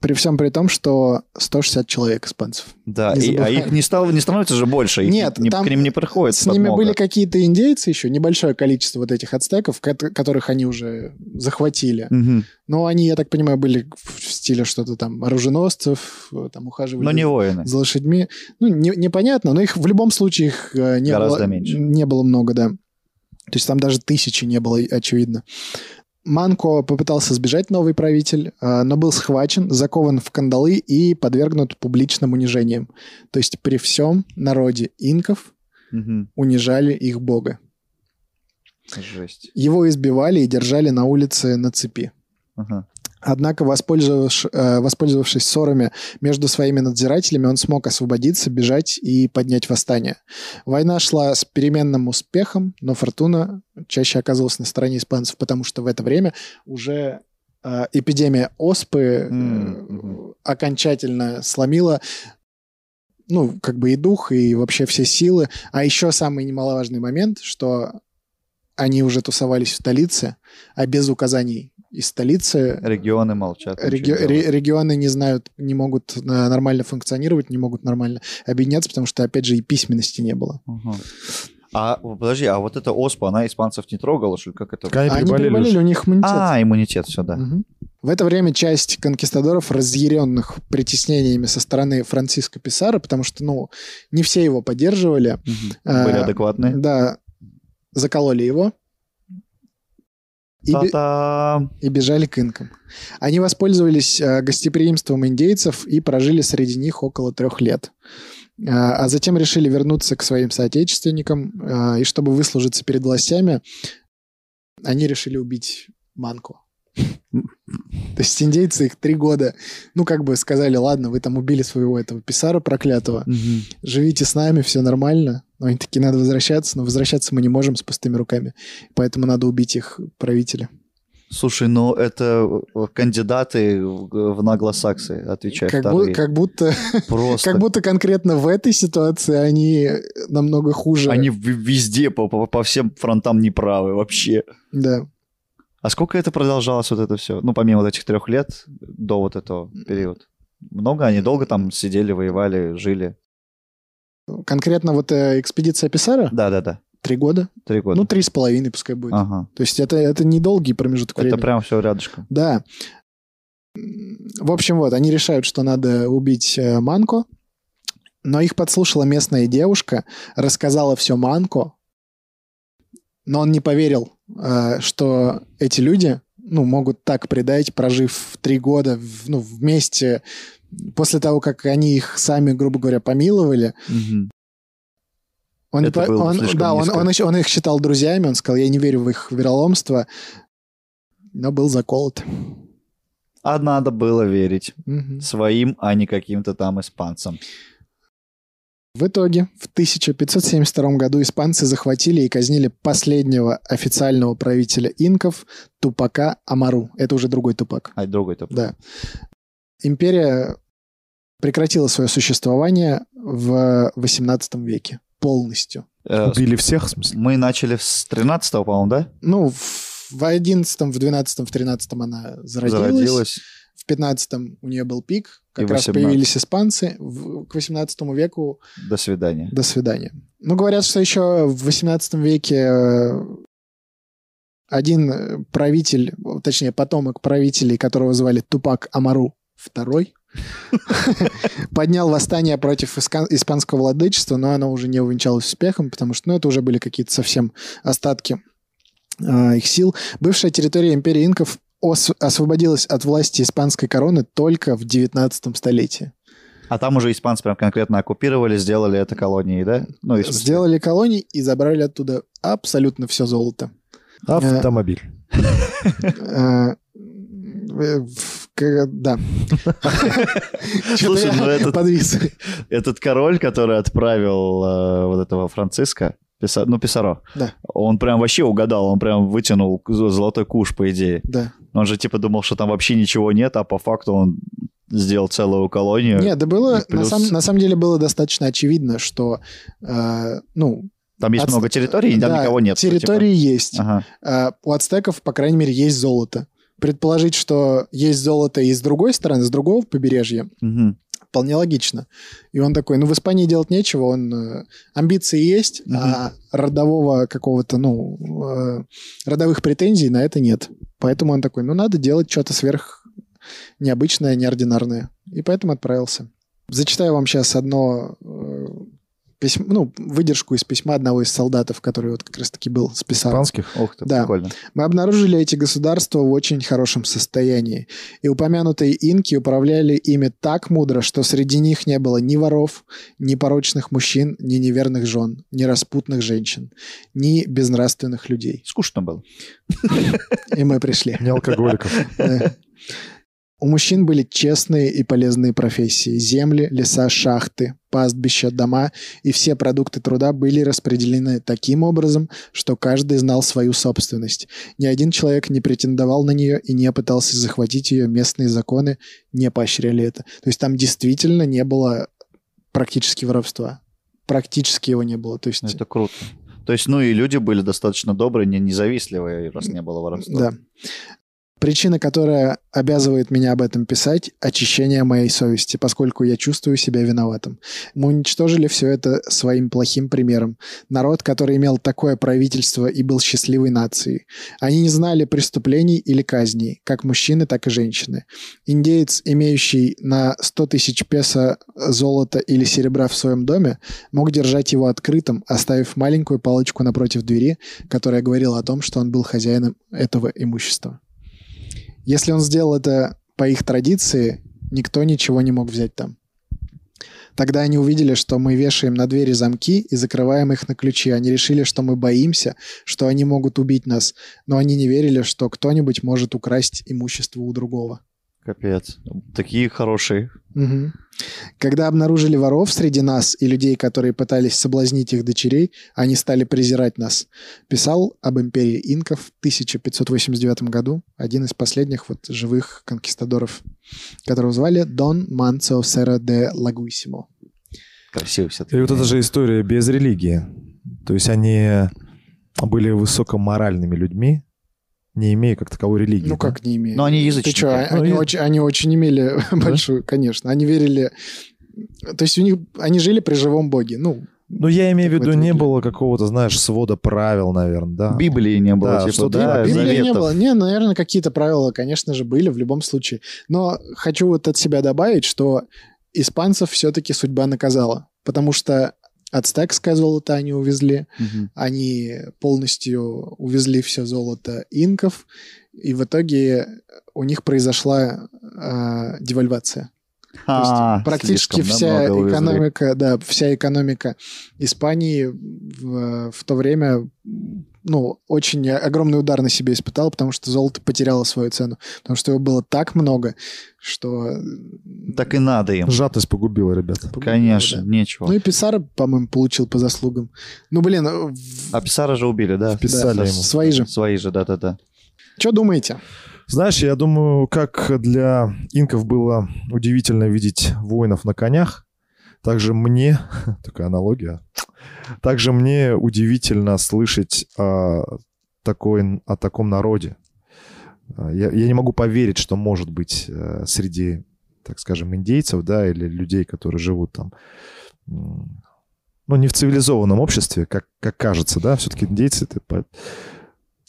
При всем при том, что 160 человек испанцев.
Да,
Не
и- а
забывай.
их не, стало, не становится же больше, их
Нет,
не-
там
к ним не приходит
С ними
подмога.
были какие-то индейцы еще, небольшое количество вот этих ацтеков, кот- которых они уже захватили.
Мгм.
Ну, они, я так понимаю, были в в стиле что-то там оруженосцев, э, там ухаживали
Но не воины.
за лошадьми. Ну, не- непонятно, но их в любом случае их э, не,
Гораздо
было,
меньше.
не было много, да. То есть там даже тысячи не было, очевидно. Манко попытался сбежать новый правитель, э, но был схвачен, закован в кандалы и подвергнут публичным унижениям. То есть при всем народе инков
Мгм.
унижали их бога.
Жесть.
Его избивали и держали на улице на цепи.
Ага.
Однако, воспользовавш- э, воспользовавшись ссорами между своими надзирателями, он смог освободиться, бежать и поднять восстание. Война шла с переменным успехом, но фортуна чаще оказывалась на стороне испанцев, потому что в это время уже э, эпидемия оспы э,
М, мгм.
окончательно сломила ну, как бы и дух, и вообще все силы. А еще самый немаловажный момент, что они уже тусовались в столице, а без указаний из столицы
Регионы молчат.
Реги-
ничего
ре-
не делают.
регионы не знают, не могут э, нормально функционировать, не могут нормально объединяться, потому что, опять же, и письменности не было.
Ага. А о, подожди, а вот эта оспа, она испанцев не трогала, что ли? Как это?
Они
Они
переболели
переболели,
уже.
у них иммунитет.
А, иммунитет, все, да.
Мгм. В это время часть конкистадоров, разъяренных притеснениями со стороны Франциско Писара, потому что, ну, не все его поддерживали,
Мгм.
А,
Были адекватные.
да, закололи его. И, бе-
Та-та!
и бежали к инкам. Они воспользовались э, гостеприимством индейцев и прожили среди них около трех лет. Э, А затем решили вернуться к своим соотечественникам, э, и чтобы выслужиться перед властями, они решили убить Манку. То есть индейцы их три года, ну, как бы сказали, ладно, вы там убили своего этого писара проклятого,
Мгм.
живите с нами, все нормально. Но они такие, надо возвращаться, но возвращаться мы не можем с пустыми руками, поэтому надо убить их правителя.
Слушай, ну это э, кандидаты в в наглосаксы, отвечаю.
Как, бу-
вторые.
как будто
Просто.
Как будто конкретно в этой ситуации они намного хуже.
Они в- везде по, по- по всем фронтам неправы вообще.
Да.
А сколько это продолжалось, вот это все? Ну, помимо вот этих трех лет до вот этого периода. Много они долго там сидели, воевали, жили.
Конкретно вот э, экспедиция Писара
Да, да, да.
три года.
Три года.
Ну, три с половиной пускай будет.
ага.
То есть это, это недолгий промежуток
Это
времени.
прям все рядышком.
Да. М, В общем, вот, они решают, что надо убить э, Манко, но их подслушала местная девушка, рассказала все Манко, но он не поверил, э, что эти люди ну, могут так предать, прожив три года в- ну, вместе после того, как они их сами, грубо говоря, помиловали,
Мгм.
он,
Это
не по-
было
он-
слишком
да, он,
низко.
он ещё- он их считал друзьями, он сказал, я не верю в их вероломство, но был заколот.
А надо было верить
Мгм.
своим, а не каким-то там испанцам.
В итоге в 1572 году испанцы захватили и казнили последнего официального правителя инков Тупака Амару. Это уже другой Тупак.
А другой-то.
Да. Империя прекратила свое существование в 18 веке полностью.
Э,
Убили всех, в смысле?
Мы начали с 13 по-моему, да?
Ну, в, в 11, в 12, в 13 она зародилась. В 15 у нее был пик. Как
И
раз
18.
появились испанцы. В- к 18 веку
До свидания.
До свидания. Ну, говорят, что еще в 18 веке э, один э, правитель, о, точнее, потомок правителей, которого звали Тупак Амару II, поднял восстание против иска- испанского владычества, но оно уже не увенчалось успехом, потому что ну, это уже были какие-то совсем остатки э, их сил. Бывшая территория империи инков ос- освободилась от власти испанской короны только в 19 столетии.
А там уже испанцы прям конкретно оккупировали, сделали это колонией, да? Ну, и в смысле-
Э, Сделали колонии и забрали оттуда абсолютно все золото.
Автомобиль.
Э, э, в- к- Да.
Слушай,
Чё-то
ну
я
этот-
Подвис.
Этот король, который отправил э, вот этого Франциска, Писа- ну, Писаро,
Да.
он прям вообще угадал, он прям вытянул к- зо- золотой куш, по идее.
Да.
Он же типа думал, что там вообще ничего нет, а по факту он сделал целую колонию.
Нет, да было...
И
На,
плюс-
сам- на самом деле было достаточно очевидно, что... э, ну,
Там есть
Ац-
много территорий, и там
да,
никого нет. типа.
Территории есть.
Ага.
Э, У ацтеков, по крайней мере, есть золото. Предположить, что есть золото и с другой стороны, с другого побережья,
Мгм.
Вполне логично. И он такой, ну, в Испании делать нечего, он... э, Амбиции есть, а родового какого-то, ну, э, родовых претензий на это нет. Поэтому он такой, ну, надо делать что-то сверх необычное, неординарное. И поэтому отправился. Зачитаю вам сейчас одно э, письмо, ну, выдержку из письма одного из солдатов, который вот как раз-таки был с Писаром.
Испанских.
Ух ты,
Да.
прикольно.
Мы обнаружили эти государства в очень хорошем состоянии, и упомянутые инки управляли ими так мудро, что среди них не было ни воров, ни порочных мужчин, ни неверных жен, ни распутных женщин, ни безнравственных людей.
Скучно было.
И мы пришли.
Не алкоголиков.
Да. У мужчин были честные и полезные профессии. Земли, леса, шахты, пастбища, дома и все продукты труда были распределены таким образом, что каждый знал свою собственность. Ни один человек не претендовал на нее и не пытался захватить ее. Местные законы не поощряли это. То есть там действительно не было практически воровства. Практически его не было. То есть...
Ну, Это круто. То есть, ну и люди были достаточно добрые, не независливые, раз не было воровства.
Да. Причина, которая обязывает меня об этом писать, очищение моей совести, поскольку я чувствую себя виноватым. Мы уничтожили все это своим плохим примером. Народ, который имел такое правительство и был счастливой нацией. Они не знали преступлений или казней, как мужчины, так и женщины. Индеец, имеющий на 100 тысяч песо золота или серебра в своем доме, мог держать его открытым, оставив маленькую палочку напротив двери, которая говорила о том, что он был хозяином этого имущества. Если он сделал это по их традиции, никто ничего не мог взять там. Тогда они увидели, что мы вешаем на двери замки и закрываем их на ключи. Они решили, что мы боимся, что они могут убить нас, но они не верили, что кто-нибудь может украсть имущество у другого.
Капец. Такие хорошие.
Мгм. Когда обнаружили воров среди нас и людей, которые пытались соблазнить их дочерей, они стали презирать нас. Писал об империи инков в 1589 году один из последних вот живых конкистадоров, которого звали Дон Манцио Сера де Ну, Лагуисимо.
Красивые все
И вот это же история без религии. То есть они были высокоморальными людьми, не имея как таковой религии.
Ну
да?
как не имею.
Но они
Ты
язычники.
чё, а-
Ну,
они,
я-
очень, они очень имели большую, конечно. Они верили... То есть у них... Они жили при живом боге. Ну,
Ну, я имею в
Как
виду,
это
не
выглядит?
было какого-то, знаешь, свода правил, наверное, да.
Библии не было,
Да,
типа,
что-то
да,
типа
Библии не
заветов.
было. Не, наверное, какие-то правила, конечно же, были в любом случае. Но хочу вот от себя добавить, что испанцев все-таки судьба наказала. Потому что ацтекское золото они увезли,
Мгм.
они полностью увезли все золото инков, и в итоге у них произошла э, а, девальвация. То есть
А,
практически
слишком, да,
вся
много вы
экономика, да, вся экономика Испании в, в то время, ну, очень огромный удар на себе испытала, потому что золото потеряло свою цену, потому что его было так много, что
взрыв. Так и надо им.
Жатость погубила, ребята.
Конечно, нечего.
ну и Писаро, по-моему, получил по заслугам. Ну, блин, в-
А Писара же убили, да?
Вписали
Да,
ему.
Свои же.
Свои же, да-да-да.
что думаете?
Знаешь, я думаю, как для инков было удивительно видеть воинов на конях, также мне, такая аналогия, также мне удивительно слышать о, такой, о таком народе. А, Я, я не могу поверить, что может быть э, среди, так скажем, индейцев, да, или людей, которые живут там, м, ну, не в цивилизованном обществе, как, как кажется, да, все-таки индейцы, это по-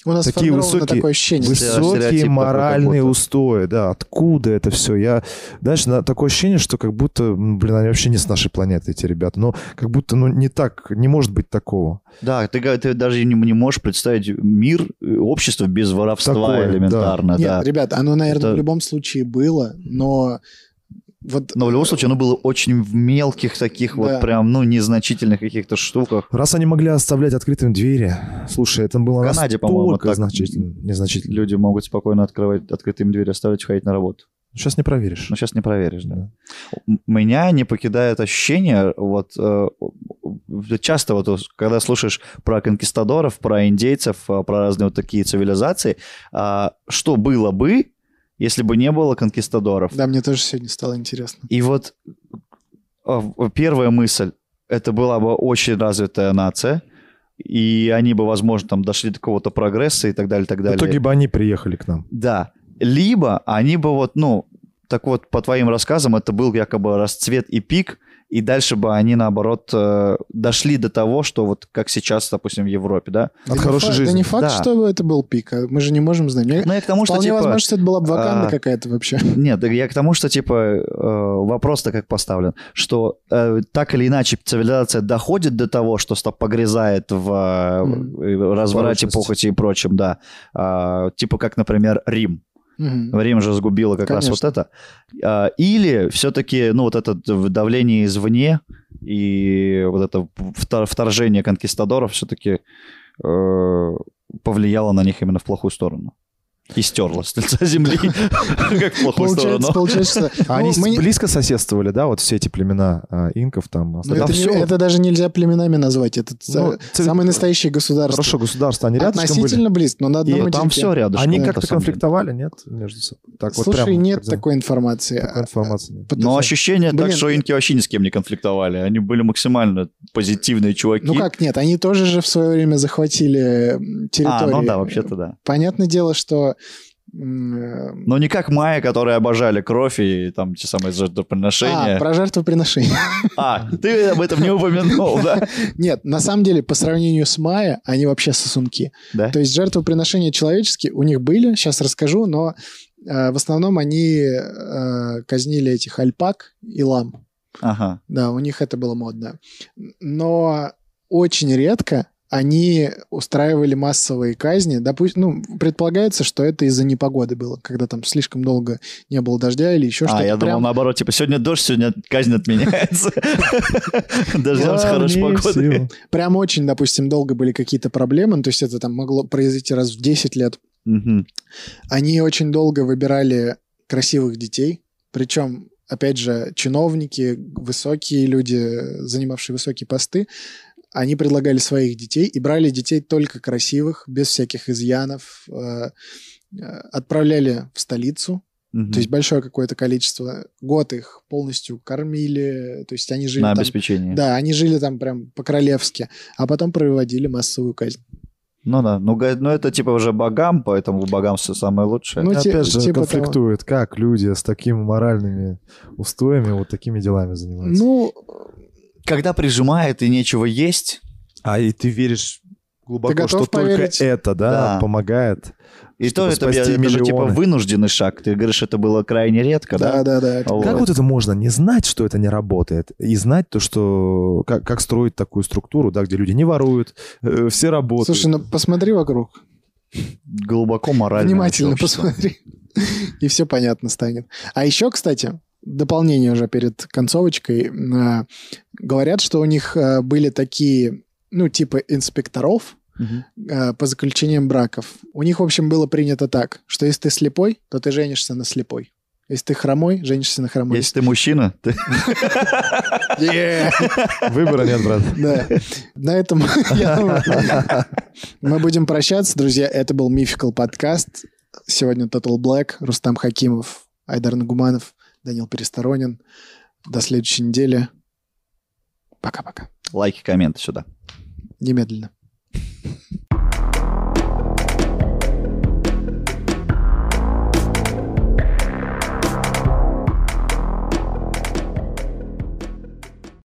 У нас
Такие
сформировано
высокие-
такое ощущение.
Если стереотип
Высокие
такой
моральные
какой-то.
устои, да, откуда это все? Я, знаешь, на- такое ощущение, что как будто, м, блин, они вообще не с нашей планеты, эти ребята. Ну, как будто, ну, не так, не может быть такого.
Да, ты, га- ты даже не, не можешь представить мир, э, общество без воровства
Такое, да.
элементарно,
Нет,
да.
ребят, оно, наверное,
Это-
в любом случае было, но вот
Но в любом случае оно было очень в мелких таких
Да.
вот прям, ну, незначительных каких-то штуках.
Раз они могли оставлять открытыми двери, слушай, это было
В Канаде,
настолько
по-моему, так
значительно, незначительно.
Люди могут спокойно открывать открытыми двери, оставлять, ходить на работу.
Сейчас не проверишь.
Но Ну, сейчас не проверишь, да.
Да.
М- Меня не покидает ощущение, вот э, часто вот когда слушаешь про конкистадоров, про индейцев, э, про разные вот такие цивилизации, а, что было бы, если бы не было конкистадоров?
да, мне тоже сегодня стало интересно.
И вот а, в- первая мысль, это была бы очень развитая нация, и они бы, возможно, там дошли до какого-то прогресса и так далее, и так
В
далее.
итоге бы они приехали к нам.
Да. Либо они бы вот, ну, так вот, по твоим рассказам, это был якобы расцвет и пик, и дальше бы они, наоборот, э, дошли до того, что вот как сейчас, допустим, в Европе, да?
От
Да не
хорошей
факт-
жизни.
Да не факт,
Да.
что это был пик, а мы же не можем знать. Мне
Ну, я к тому, что,
Вполне
типа...
возможно, что это была бы ваканда
а,
какая-то вообще.
Нет, да я к тому, что, типа, э, вопрос-то как поставлен, что э, так или иначе цивилизация доходит до того, что ста- погрязает в э,
Мгм.
в разврате,
Порочности.
похоти и прочем, да. А, типа как, например, Рим.
Мгм.
Рим же сгубило как раз вот
Конечно.
это. А, Или все-таки, ну, вот это д- давление извне и вот это втор- вторжение конкистадоров все-таки повлияло на них именно в плохую сторону. И стерло с лица земли. Как в плохую
Получается,
сторону.
получается, что...
А
ну,
они с-
мы не-
близко соседствовали, да, вот все эти племена а, инков там.
ну,
остальные.
это,
Да
не-
всё.
это даже нельзя племенами назвать. Это
Ну,
ц-
цивили-
самые настоящие государства.
Хорошо, государство, они рядышком были.
Относительно близко, но на одном
И
материке.
там все рядышком.
Они
на
как-то
самом деле.
конфликтовали, нет, между собой? Так вот
Слушай,
прямо,
нет
когда-
такой информации. А,
такой информации нет.
потому-
Но ощущение
Блин, э,
так, что инки вообще ни с кем не конфликтовали. Они были максимально позитивные чуваки.
Ну как нет, они тоже же в свое время захватили м,
А,
территории.
ну да, вообще-то да.
Понятное дело, что... м, э, а,
Но не как майя, которые обожали кровь и там те самые
А,
жертвоприношения.
про жертвоприношение.
А, ты об этом не упомянул, да?
Нет, на самом деле, по сравнению с Майя, они вообще сосунки.
Да.
То есть жертвоприношения человеческие у них были, сейчас расскажу, но э, в основном они э, казнили этих альпак и лам.
Ага.
Да, у них это было модно. Но очень редко они устраивали массовые казни. Допустим, ну, предполагается, что это из-за непогоды было, когда там слишком долго не было дождя или еще
А,
что-то.
я
Прям-
думал наоборот, типа, сегодня дождь, сегодня казнь отменяется. Дождемся хорошей
Главнее
погоды.
всего.
прям очень, допустим, долго были какие-то проблемы, ну, то есть это там могло произойти раз в 10 лет.
Мгм.
Они очень долго выбирали красивых детей, причем, опять же, чиновники, высокие люди, занимавшие высокие посты, они предлагали своих детей и брали детей только красивых, без всяких изъянов, э, э, отправляли в столицу,
Мгм.
то есть большое какое-то количество, год их полностью кормили, то есть они жили
На
там...
обеспечение.
Да, они жили там прям по-королевски, а потом проводили массовую казнь.
Ну да, ну га- ну это типа уже богам, поэтому богам все самое лучшее.
Ну, те-
Опять же,
типа
конфликтует, как люди с такими моральными устоями вот такими делами занимаются.
Ну,
Когда прижимает и нечего есть,
а и ты веришь глубоко,
Ты готов
что
поверить?
только это, да,
Да.
помогает.
и
Чтобы
то это
спасти
это же типа
миллионы.
вынужденный шаг. Ты говоришь, это было крайне редко,
да,
да? А
да, да. это-
Вот.
Как вот это можно не знать, что это не работает, и знать то, что как, как строить такую структуру, да, где люди не воруют, э, все работают.
Слушай, ну посмотри вокруг,
Глубоко морально.
внимательно посмотри, и все понятно станет. А еще, кстати, дополнение уже перед концовочкой. Э, Говорят, что у них э, были такие, ну, типа инспекторов э, по заключениям браков. У них, в общем, было принято так, что если ты слепой, то ты женишься на слепой. Если ты хромой, женишься на хромой.
Если ты мужчина, ты...
Е,
Выбора нет, брат.
Да. На этом я думаю, мы будем прощаться, друзья. Это был Мификал подкаст. Сегодня Total Black, Рустам Хакимов, Айдар Нагуманов, Данил Пересторонин. До следующей недели. Пока-пока.
Лайки, комменты сюда.
Немедленно.